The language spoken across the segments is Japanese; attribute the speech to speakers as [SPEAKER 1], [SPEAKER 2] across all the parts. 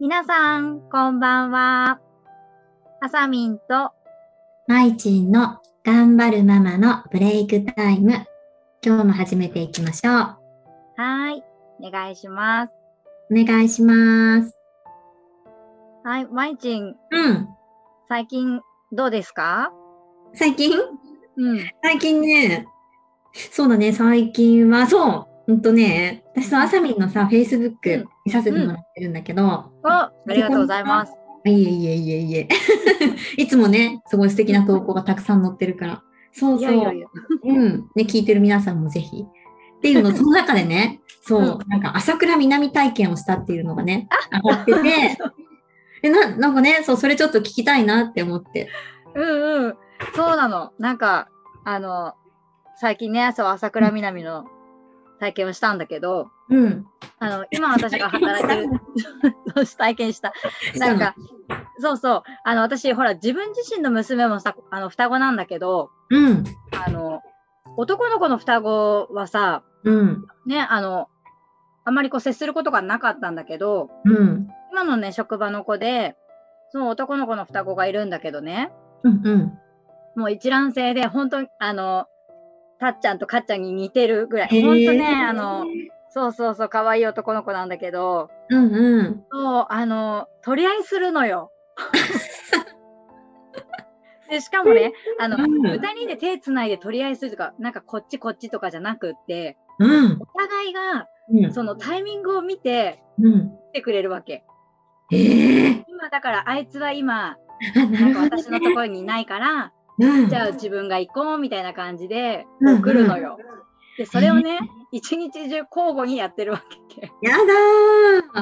[SPEAKER 1] 皆さん、こんばんは。あさみんと、
[SPEAKER 2] まいちんの頑張るママのブレイクタイム。今日も始めていきましょう。
[SPEAKER 1] はい、お願いします。
[SPEAKER 2] お願いします。
[SPEAKER 1] はい、まいちん、
[SPEAKER 2] うん。
[SPEAKER 1] 最近どうですか
[SPEAKER 2] 最近
[SPEAKER 1] うん。
[SPEAKER 2] 最近ね、そうだね、最近は、そう、ほんとね、私そのあさみんのさ、
[SPEAKER 1] う
[SPEAKER 2] Facebook
[SPEAKER 1] ん
[SPEAKER 2] 見させてもらってるんだけど、
[SPEAKER 1] お、ありがとうございます。
[SPEAKER 2] いえいえいえいえ。 いつもね、すごい素敵な投稿がたくさん載ってるから。そうそ
[SPEAKER 1] いや
[SPEAKER 2] う。
[SPEAKER 1] いやいや
[SPEAKER 2] うん。ね、聞いてる皆さんもぜひ。っていうの、その中 でね、そう、なんか朝倉南体験をしたっていうのがね、上がってて、でななんかね、そう、それちょっと聞きたいなって思って。
[SPEAKER 1] うんうん。そうなの。なんか、あの、最近ね、そう、朝倉みなみの体験をしたんだけど、
[SPEAKER 2] うん。
[SPEAKER 1] あの、今私が働いてる、 そう体験した。なんか、そうそう。あの、私、ほら、自分自身の娘もさ、あの、双子なんだけど、
[SPEAKER 2] うん。
[SPEAKER 1] あの、男の子の双子はさ、
[SPEAKER 2] うん。
[SPEAKER 1] ね、あの、あんまりこう接することがなかったんだけど、
[SPEAKER 2] うん。
[SPEAKER 1] 今のね、職場の子で、その男の子の双子がいるんだけどね、
[SPEAKER 2] うん。うん。
[SPEAKER 1] もう一卵性で、本当に、あの、たっちゃんとかっちゃんに似てるぐらい、
[SPEAKER 2] へー
[SPEAKER 1] 本当ね、あの、そうそうそう、可愛い男の子なんだけど、
[SPEAKER 2] うんうん。
[SPEAKER 1] そう、あの、取り合いするの よ。でしかもね、あの、
[SPEAKER 2] うん
[SPEAKER 1] 二人で手つないで取り合いするとか、なんかこっちこっちとかじゃなくって、
[SPEAKER 2] うん。
[SPEAKER 1] お互いが
[SPEAKER 2] うん。
[SPEAKER 1] そのタイミングを見て
[SPEAKER 2] うん。
[SPEAKER 1] 来てくれるわけ。
[SPEAKER 2] ええ
[SPEAKER 1] 今だからあいつは今、
[SPEAKER 2] あ、な
[SPEAKER 1] なん
[SPEAKER 2] る
[SPEAKER 1] か
[SPEAKER 2] ほど、ね。
[SPEAKER 1] 私のところにいないから、
[SPEAKER 2] うん
[SPEAKER 1] じゃあ自分が行こうみたいな感じで
[SPEAKER 2] うん
[SPEAKER 1] 送るのよ。で、それをね、一日中交互にやってるわけ。
[SPEAKER 2] やだ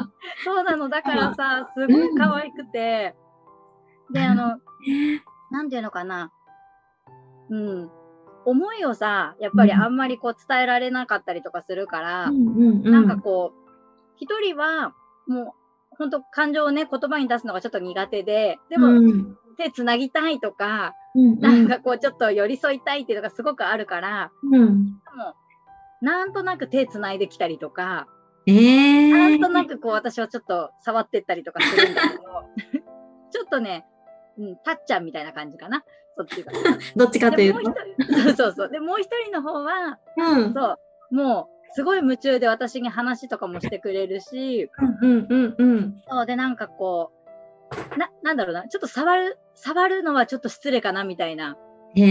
[SPEAKER 2] ー。
[SPEAKER 1] そうなの、だからさ、すごい可愛くて。で、あの、なんていうのかな。うん。思いをさ、やっぱりあんまりこう伝えられなかったりとかするから、
[SPEAKER 2] な
[SPEAKER 1] なんかこう、一人はもう本当感情をね、言葉に出すのがちょっと苦手で、で
[SPEAKER 2] う
[SPEAKER 1] も
[SPEAKER 2] ん
[SPEAKER 1] 手つなぎたいとか、
[SPEAKER 2] うん、
[SPEAKER 1] なんかこうちょっと寄り添いたいっていうのがすごくあるから、
[SPEAKER 2] うん、
[SPEAKER 1] もうなんとなく手つないできたりとか、
[SPEAKER 2] えー、
[SPEAKER 1] なんとなくこう私はちょっと触ってったりとかするんだけど、 ちょっとね、うん、たっちゃんみたいな感じかな。そっち が。
[SPEAKER 2] どっちかとい
[SPEAKER 1] で
[SPEAKER 2] う
[SPEAKER 1] もう
[SPEAKER 2] と
[SPEAKER 1] 一、人、そうそう。で、もう一人の方は、
[SPEAKER 2] うん、うん
[SPEAKER 1] そう、もうすごい夢中で私に話とかもしてくれるし、
[SPEAKER 2] うんうんうん
[SPEAKER 1] そうで、なんかこう、な、なんだろうな、ちょっと触る、触るのはちょっと失礼かなみたいな。
[SPEAKER 2] へ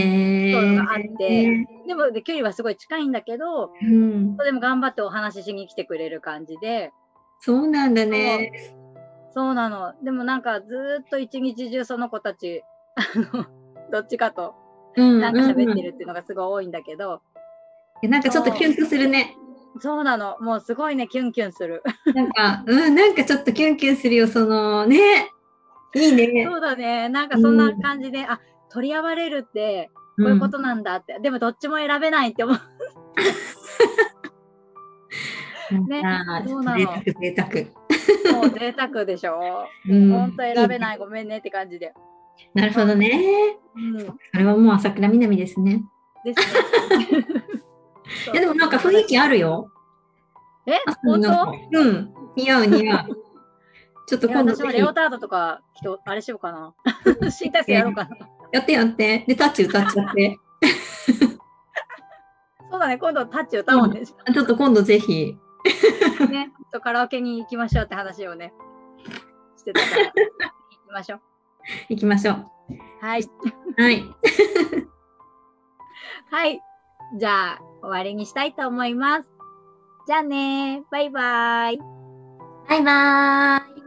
[SPEAKER 2] え
[SPEAKER 1] そういうのがあってでも、で距離はすごい近いんだけど、
[SPEAKER 2] うん、
[SPEAKER 1] でも頑張ってお話ししに来てくれる感じで、
[SPEAKER 2] そうなんだね
[SPEAKER 1] そうなの。でもなんかずーっと一日中その子たち、あの、 どっちかと、
[SPEAKER 2] うん
[SPEAKER 1] なんか喋って
[SPEAKER 2] る
[SPEAKER 1] るっていうのがすごい多いんだけど、
[SPEAKER 2] なんかちょっとキュンとするね
[SPEAKER 1] そうなの。もうすごいね、キュンキュンする。
[SPEAKER 2] なんかうんなんかちょっとキュンキュンするよそのねいいね
[SPEAKER 1] そうだね。なんかそんな感じで、あ、取り合われるって、こういうことなんだって。でもどっちも選べないって思う。
[SPEAKER 2] うん
[SPEAKER 1] ね
[SPEAKER 2] なんか
[SPEAKER 1] そうなの
[SPEAKER 2] 贅沢贅
[SPEAKER 1] も
[SPEAKER 2] 沢
[SPEAKER 1] う贅沢でしょ。
[SPEAKER 2] うん
[SPEAKER 1] 本当選べ
[SPEAKER 2] い
[SPEAKER 1] ないい、ごめんねって感じで。
[SPEAKER 2] ねなるほどね
[SPEAKER 1] うん、
[SPEAKER 2] あれはもう朝倉みなみですね
[SPEAKER 1] ですね
[SPEAKER 2] いやでもなんか雰囲気あるよ
[SPEAKER 1] え、
[SPEAKER 2] あ
[SPEAKER 1] 本
[SPEAKER 2] な
[SPEAKER 1] 当
[SPEAKER 2] んかうん、似合う似合う。 ちょっと
[SPEAKER 1] いや
[SPEAKER 2] 今度
[SPEAKER 1] 私
[SPEAKER 2] ぜ
[SPEAKER 1] も
[SPEAKER 2] ひ
[SPEAKER 1] レオタードとか、きっとあれしようか な。新体制やろうかな。
[SPEAKER 2] やってやって。で、タッチ歌っちゃって。
[SPEAKER 1] そうだね、今度タッチ歌おうね。
[SPEAKER 2] ちょっと今度ぜひ。
[SPEAKER 1] ね、ちょっとカラオケに行きましょうって話をね、してたから。行きましょう。
[SPEAKER 2] 行きましょう。
[SPEAKER 1] はい。
[SPEAKER 2] はい。
[SPEAKER 1] はい。じゃあ、終わりにしたいと思います。じゃあねバイバイ。
[SPEAKER 2] バイバーイ。